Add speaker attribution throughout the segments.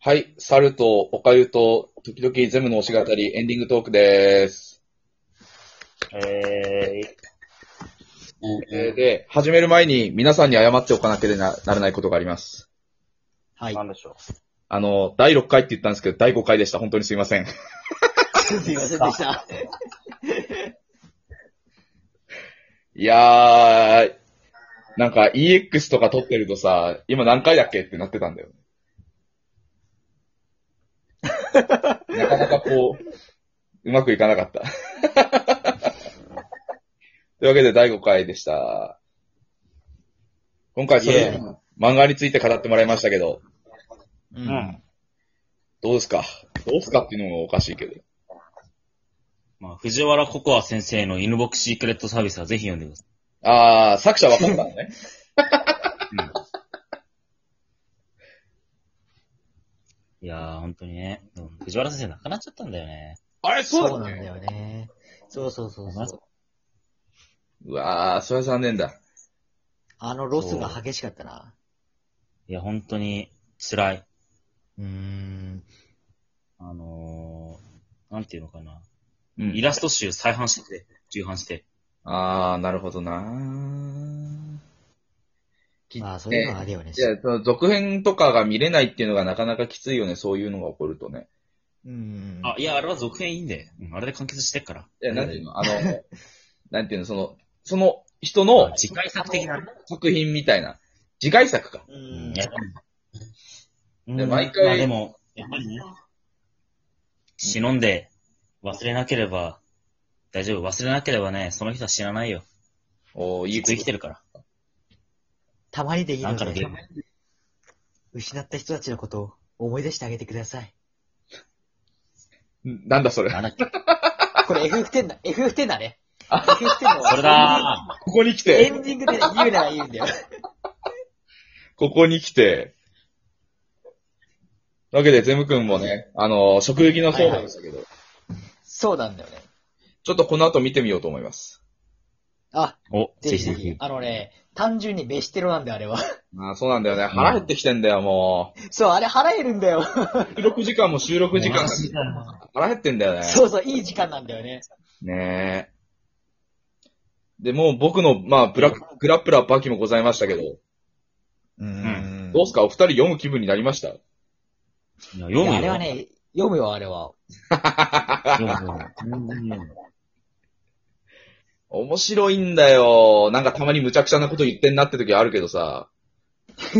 Speaker 1: はい。猿とおかゆと、時々ゼムの推し語り、エンディングトークです。
Speaker 2: え
Speaker 1: えーで、始める前に皆さんに謝っておかなければならないことがあります。
Speaker 3: は
Speaker 2: ー、
Speaker 3: い
Speaker 2: な。んでしょ
Speaker 1: あの、第6回って言ったんですけど、第5回でした。本当にすいません。
Speaker 3: すいませんでした。
Speaker 1: いやー、なんか EX とか撮ってるとさ、今何回だっけってなってたんだよ。なかなかこう、うまくいかなかった。 というわけで第5回でした。今回それ、漫画について語ってもらいましたけど、
Speaker 2: う。う。
Speaker 3: う
Speaker 2: ん。
Speaker 1: どうですかどうですかっていうのもおかしいけど。
Speaker 4: まあ、藤原ココア先生の犬ボックシークレットサービスはぜひ読んでくださ
Speaker 1: あー、作者分かったのね。
Speaker 4: い。いやー、本当にね。でも藤原先生亡くなっちゃったんだよね。
Speaker 1: あれ、
Speaker 3: そ
Speaker 1: そううだっ
Speaker 3: なんだ
Speaker 1: け
Speaker 3: よね。そうそうそうそう。
Speaker 1: うわー、それは残念だ。
Speaker 3: あのロスが激しかったな。
Speaker 4: いや、本当に辛い。
Speaker 3: うーん。
Speaker 4: あのー、なんていうのかな。
Speaker 1: うん
Speaker 4: イラスト集再販してくれ。重版して。
Speaker 1: あー、なるほどなー。
Speaker 3: まあ、そういうのはあれよね
Speaker 1: い。や、その続編とかが見れないっていうのがなかなかきついよね、そういうのが起こるとね。
Speaker 3: うん。
Speaker 4: あ、いや、あれは続編いいんで。うん、あれで完結してっから。
Speaker 1: いや、なんていうの、あの、 なんていうの、その、その人の
Speaker 4: 次回作的な。
Speaker 1: 作品みたいな、次回作か。
Speaker 3: う。
Speaker 4: うんやっぱり
Speaker 1: で
Speaker 4: うん
Speaker 1: 毎回
Speaker 4: まあでも、やっぱりね、忍んで忘れなければ、大丈夫。忘れなければね、その人は死なないよ。
Speaker 1: おーい
Speaker 4: ず
Speaker 1: いこと
Speaker 4: っと生きてるから。
Speaker 3: たまにでいい
Speaker 4: な
Speaker 3: の
Speaker 4: んかのゲ
Speaker 3: で
Speaker 4: ー、ム。
Speaker 3: 失った人たちのことを思い出してあげてください。
Speaker 1: なんだそれ。
Speaker 4: なんだっけ
Speaker 3: これ FF10 だ、FF10 だね。FF10 の
Speaker 4: それだ
Speaker 1: ここに来
Speaker 3: エ
Speaker 1: て、
Speaker 3: ンディングで言うなら言うんだよ。
Speaker 1: ここに来て。というわけで、ゼム君もね、あの、食撃の相談でしたけど、
Speaker 3: そうなんだよね。
Speaker 1: ちょっとこの後見てみようと思います。
Speaker 3: あ、
Speaker 4: ーお、
Speaker 3: ぜひぜひ。。あのね、単純に飯テロなんだよ、あれは。
Speaker 1: あーそうなんだよね。腹減ってきてんだよ、も
Speaker 3: そう、あれ払えるんだよ。
Speaker 1: う。 収録時間も収録時間だし腹減ってんだよね。
Speaker 3: そうそう、いい時間なんだよね。
Speaker 1: ねえ。で、もう僕の、まあ、ブラック、グラップラーバキもございましたけど、
Speaker 3: う
Speaker 4: うん
Speaker 1: どうすかお二人読む気分になりました
Speaker 4: いや読むよ。
Speaker 3: あれはね、読むよ、あれは。
Speaker 4: 読むよ。
Speaker 1: 面白いんだよ。なんかたまに無茶苦茶なこと言ってんなって時あるけどさ。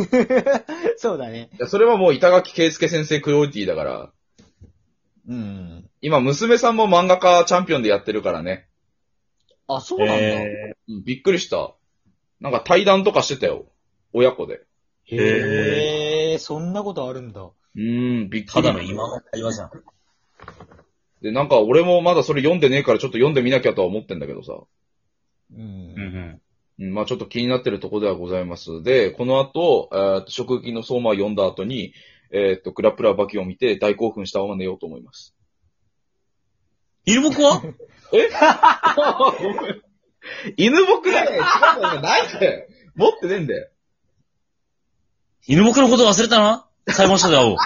Speaker 3: そうだね。
Speaker 1: いや、それはもう板垣圭介先生クロリティだから。
Speaker 3: うん。
Speaker 1: 今、娘さんも漫画家チャンピオンでやってるからね。
Speaker 3: あ、そうなんだ。
Speaker 4: え
Speaker 1: うん、びっくりした。なんか対談とかしてたよ。親子で。
Speaker 4: へ
Speaker 3: へえー、そんなことあるんだ。
Speaker 1: うーん、びっ
Speaker 4: ー、
Speaker 1: く
Speaker 4: た
Speaker 1: り。
Speaker 4: だの今の会話じゃん。
Speaker 1: で、なんか俺もまだそれ読んでねえからちょっと読んでみなきゃとは思ってんだけどさ。
Speaker 3: う。
Speaker 4: うんうんん。
Speaker 1: うんまあちょっと気になってるところではございます。で、この後、えーと食撃の相馬を読んだ後に、えっ、と、グラップラーバキを見て大興奮したまま寝ようと思います。
Speaker 4: 犬もは
Speaker 1: 犬僕だね違うんだよないんだよ持ってねえんだよ
Speaker 4: 犬ものこと忘れたな裁判所で会おう。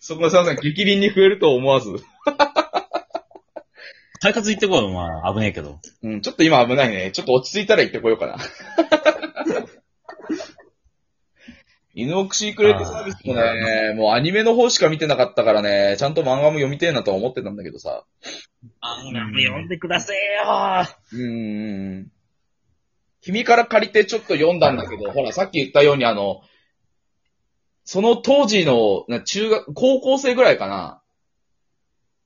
Speaker 1: そこはすいません、激鱗に増えると思わず。
Speaker 4: 快活行ってこいよ、お前。危ねえけど。
Speaker 1: うん、ちょっと今危ないね。ちょっと落ち着いたら行ってこようか な。犬オクシークレットサービスもね、もうアニメの方しか見てなかったからね、ちゃんと漫画も読みてえなとは思ってたんだけどさ。
Speaker 4: あ、読んでくださいよ
Speaker 1: うーん。君から借りてちょっと読んだんだけど、ほら、さっき言ったようにあの、その当時の、な中学、高校生ぐらいかな、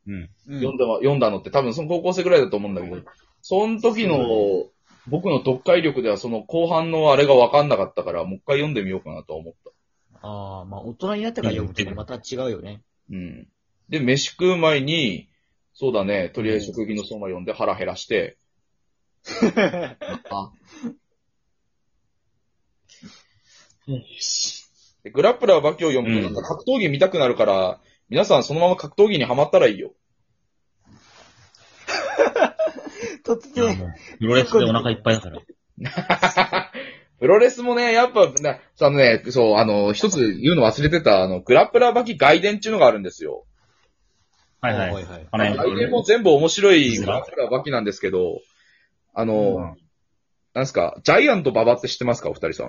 Speaker 4: うん。
Speaker 1: 読んだ、読んだのって多分その高校生ぐらいだと思うんだけど、その時の、僕の読解力ではその後半のあれがわかんなかったから、もう一回読んでみようかなとは思った。
Speaker 3: ああ、まあ、大人になってから読むとまた違うよね。
Speaker 1: うん。で、飯食う前に、そうだね、とりあえず食費の相馬読んで腹減らして、 でグラップラーバキを読むとなんか格闘技見たくなるから、皆さんそのまま格闘技にはまったらいいよ。
Speaker 3: 突然、
Speaker 4: プロレスでお腹いっぱいだから。
Speaker 1: プロレスもね、やっぱ、ね、そのね、そう、あの、一つ言うの忘れてた、あの、グラップラー履き外伝っていうのがあるんですよ。
Speaker 4: はいはい。
Speaker 3: いはい。
Speaker 4: あれ、
Speaker 1: 外伝も全部面白いグラップラー履きなんですけど、あの、
Speaker 4: うん
Speaker 1: なんすか、ジャイアント馬場って知ってますか、お二人さん。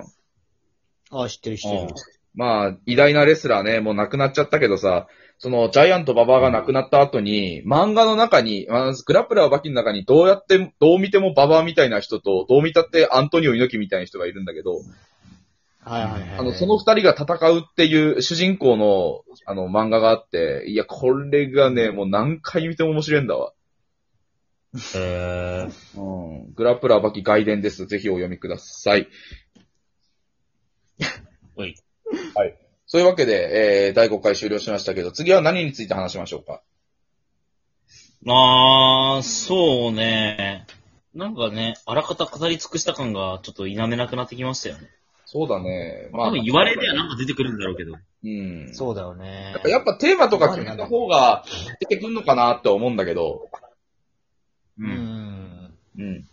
Speaker 3: ああ、知ってる知ってる。
Speaker 1: まあ、偉大なレスラーね、もう亡くなっちゃったけどさ、その、ジャイアント馬場が亡くなった後に、漫画の中に、あのグラップラーバキの中に、どうやって、どう見ても馬場みたいな人と、どう見たってアントニオ猪木みたいな人がいるんだけど、
Speaker 3: はいはいはい。
Speaker 1: あの、その二人が戦うっていう主人公の、あの、漫画があって、いや、これがね、もう何回見ても面白いんだわ。
Speaker 4: えー、
Speaker 1: うん。グラップラーバキ外伝です。ぜひお読みください。
Speaker 4: おい。
Speaker 1: はい。そういうわけで、えー、第5回終了しましたけど、次は何について話しましょうか
Speaker 4: まあ、そうね。なんかね、あらかた語り尽くした感がちょっと否めなくなってきましたよね。
Speaker 1: そうだね。ま
Speaker 4: 多分言われりゃなんか出てくるんだろうけど。
Speaker 1: うん。
Speaker 3: そうだよね
Speaker 1: やっ。ぱやっぱテーマとか決めた方が出てくんのかなって思うんだけど、
Speaker 4: う。
Speaker 3: うんん。
Speaker 1: うん。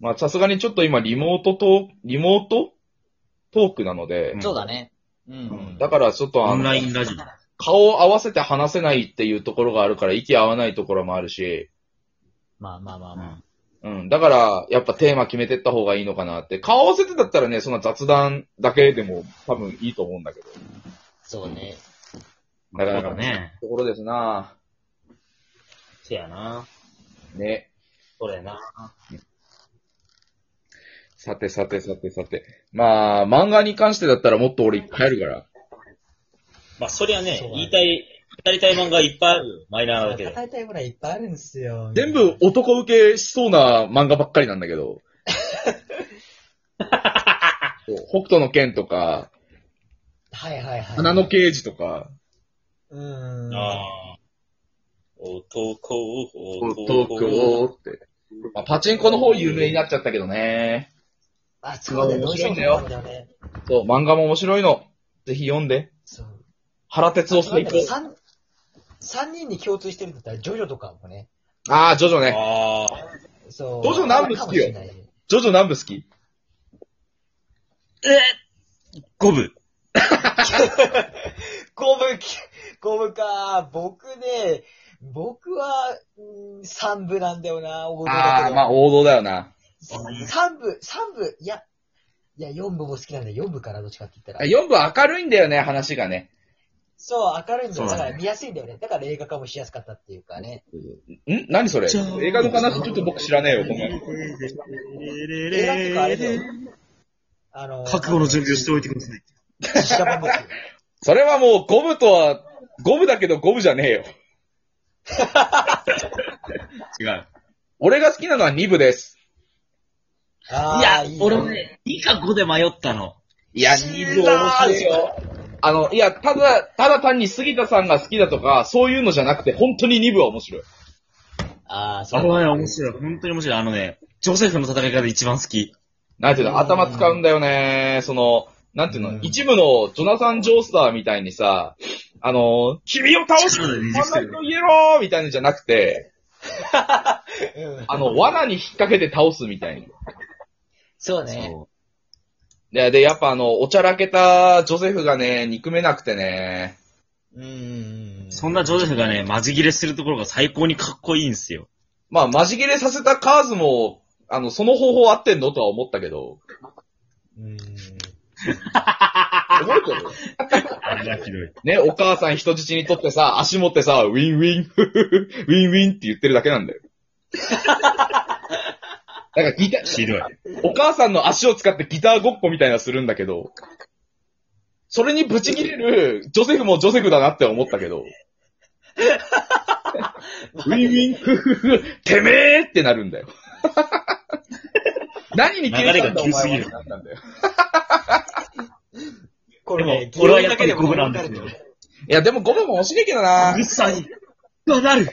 Speaker 1: まあさすがにちょっと今リモートトーク、リモートトークなので
Speaker 4: ん、
Speaker 3: そうだね。う
Speaker 1: うん
Speaker 3: ん。
Speaker 1: だからちょっと
Speaker 4: オ
Speaker 1: あ
Speaker 4: ン
Speaker 1: の
Speaker 4: ラ、インラジオ。
Speaker 1: 顔を合わせて話せないっていうところがあるから息合わないところもあるし、
Speaker 3: まあまあまあ
Speaker 4: う
Speaker 3: ま
Speaker 4: ん
Speaker 3: あ。
Speaker 1: うん。だから、やっぱテーマ決めてった方がいいのかなって。顔合わせてだったらね、そんな雑談だけでも多分いいと思うんだけど。
Speaker 3: そうね。
Speaker 4: まあ
Speaker 1: なか
Speaker 4: そ
Speaker 1: な
Speaker 4: う
Speaker 1: か
Speaker 4: だね。
Speaker 1: ところですな
Speaker 4: せやな。
Speaker 1: ね。
Speaker 4: それな。
Speaker 1: さてさてさてさて。まあ、漫画に関してだったらもっと俺帰るから。
Speaker 4: まあ、そりゃね
Speaker 3: そうだ、ね
Speaker 4: 言いたい、語りたい漫画いっぱいあるよ。マイナーだけど。
Speaker 3: 戦いたいぐらいいっぱいあるんですよ。
Speaker 1: 全部男受けしそうな漫画ばっかりなんだけ ど。そう北斗の剣とか、
Speaker 3: はいはいはい。
Speaker 1: 花の刑事とか、
Speaker 3: うーん。
Speaker 4: ああ。男を、
Speaker 1: 東京って。まあ、パチンコの方有名になっちゃったけどね。
Speaker 3: あ、そうだよ。どうしようもないんだよね。
Speaker 1: そう、漫画も面白いの。ぜひ読んで。
Speaker 3: そう。
Speaker 1: 原哲夫最高。
Speaker 3: 三、三人に共通してるんだったら、ジョジョとかもね。
Speaker 1: ああ、ジョジョね。
Speaker 4: ああ。
Speaker 3: そう。
Speaker 1: ジョジョ何部好きよ
Speaker 3: かもしれない
Speaker 1: ジョジョ何部好き
Speaker 4: え五部。
Speaker 3: 五部き、 五部か。僕ね、僕は、うん三部なんだよな、王道だ
Speaker 1: あ
Speaker 3: け
Speaker 1: あ、
Speaker 3: ど。
Speaker 1: まあ王道だよな。
Speaker 3: 三部、三部、いや、いや、四部も好きなんだよ。四部からどっちかって言ったら。
Speaker 1: 4部明るいんだよね、話がね。
Speaker 3: そう、明るいんだ
Speaker 4: そう
Speaker 3: よ。
Speaker 4: だ
Speaker 3: だ
Speaker 4: ね
Speaker 3: から見やすいんだよね。だから映画化もしやすかったっていうかね。
Speaker 1: ん何それ
Speaker 4: じゃあ
Speaker 1: 映画の話ちょっと僕知らねえよ、ごめん。
Speaker 3: 映画っていうかあれだよ
Speaker 4: 覚。
Speaker 3: あの、
Speaker 4: 悟の準備をしておいてください。
Speaker 3: 実写版ですよ。
Speaker 1: それはもうゴムとは、ゴムだけどゴムじゃねえよ。
Speaker 4: 違う。
Speaker 1: 俺が好きなのは2部です。
Speaker 3: あ
Speaker 4: い
Speaker 3: ー
Speaker 4: や、
Speaker 3: いい
Speaker 4: 俺もね、2か5で迷ったの。
Speaker 1: いや、
Speaker 3: 知
Speaker 1: 2
Speaker 3: らん
Speaker 1: 部面白いよ。あの、いや、ただ、ただ単に杉田さんが好きだとか、そういうのじゃなくて、本当に2部は面白い。
Speaker 3: ああ、そ
Speaker 4: あ
Speaker 3: う。
Speaker 4: れはね、面白い。本当に面白い。あのね、ジョセフの戦い方一番好き。
Speaker 1: なんていうの、頭使うんだよね。その、なんていう
Speaker 3: う
Speaker 1: の、
Speaker 3: ん
Speaker 1: 一部のジョナサン・ジョースターみたいにさ、あの、君を倒す
Speaker 4: 力でねじ伏せ
Speaker 1: 罠
Speaker 4: る
Speaker 1: のイエローみたいなのじゃなくて、
Speaker 3: うん
Speaker 1: あの、罠に引っ掛けて倒すみたいな。
Speaker 3: そうね。
Speaker 4: そ
Speaker 1: で、で、やっぱあの、おちゃらけたジョセフがね、憎めなくてね。
Speaker 3: うんうんうん。
Speaker 4: う。そんなジョセフがね、マジギレするところが最高にかっこいいんですよ。
Speaker 1: まあ、マジ切れさせたカーズも、あの、その方法合ってんのとは思ったけど。
Speaker 3: うん。
Speaker 1: 覚えてる
Speaker 4: あれはひどい。
Speaker 1: ね、お母さん人質にとってさ、足持ってさ、ウィンウィン、 フフフウィンウィンって言ってるだけなんだよ。なんかギター、
Speaker 4: ひどい。
Speaker 1: お母さんの足を使ってギターごっこみたいなのするんだけど、それにブチ切れるジョセフもジョセフだなって思ったけど、ウィンウィン、フフフ、てめえってなるんだよ。何に消えたんだお
Speaker 4: 流れが急すぎ
Speaker 1: 前
Speaker 4: る
Speaker 1: はなんだよ
Speaker 3: これね、
Speaker 4: でも俺はやっぱり五分なんですよ
Speaker 3: 疑問だけでも
Speaker 1: いや、でもゴムも惜しいけどな
Speaker 4: うっ。さい。うなる。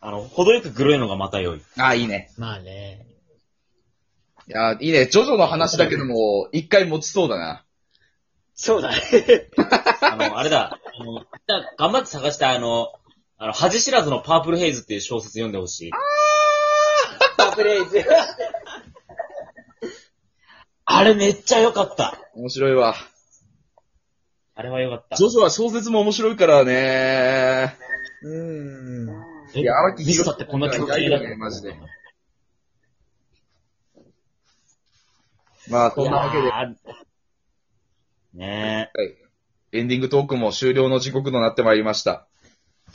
Speaker 4: あの、程よくグロいのがまた良い。
Speaker 1: あ、いいね。
Speaker 3: まあね。
Speaker 1: いや、いいね。ジョジョの話だけども、一回持ちそうだな。
Speaker 3: そうだね。
Speaker 4: あの、あれだ、あの、頑張って探したあの、あの、恥知らずのパープルヘイズっていう小説読んでほしい。
Speaker 3: パープレイズ。
Speaker 4: あれめっちゃ良かった。
Speaker 1: 面白いわ。
Speaker 4: あれは良かった
Speaker 1: ジ。ョジョは小説も面白いからね。
Speaker 3: うん。
Speaker 1: いや、荒木
Speaker 4: ミスタ
Speaker 1: 宏
Speaker 4: ってこんな曲
Speaker 1: い
Speaker 4: 系
Speaker 1: や
Speaker 4: だ
Speaker 1: いやいやマジで。まあ、そんなわけで、
Speaker 4: で。ね
Speaker 1: エンディングトークも終了の時刻となってまいりました。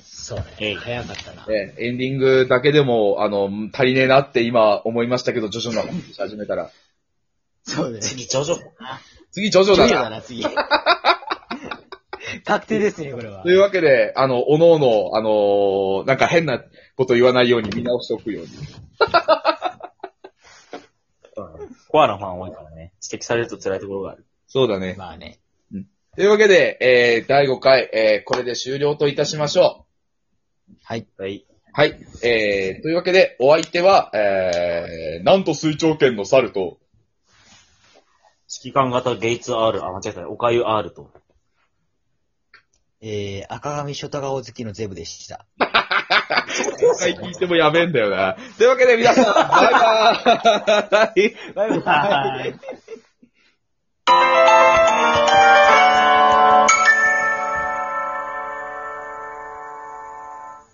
Speaker 3: そうね。
Speaker 4: えい
Speaker 3: 早かったな。
Speaker 1: ええエンディングだけでも、あの、足りねえなって今思いましたけど、ジョジョの話し始めたら。
Speaker 3: そうね
Speaker 4: え。。次、ジョジョ。
Speaker 1: 次、ジョジョ
Speaker 3: 次
Speaker 1: だ
Speaker 3: だ
Speaker 1: な。
Speaker 3: な、 次。確定ですね、これは
Speaker 1: と。いうわけで、あの、おのおの、あのーなんか変なこと言わないように見直しておくように。
Speaker 4: コアラファン多いからね。指摘されると辛いところがある。
Speaker 1: そうだね。
Speaker 3: まあね。
Speaker 1: というわけで、えー第5回、えーこれで終了といたしましょ
Speaker 3: はい。
Speaker 4: はい。
Speaker 1: う。はい。えーというわけで、お相手は、えーなんと水長剣の猿と、
Speaker 4: 指揮官型ゲイツ R、あ、間違えた。おかゆ R と。
Speaker 3: えー、赤髪ショタガオ好きのゼブでした。
Speaker 1: 今回聞いてもやべえんだよな。というわけで皆さん、バイバーイ
Speaker 3: バイバイ。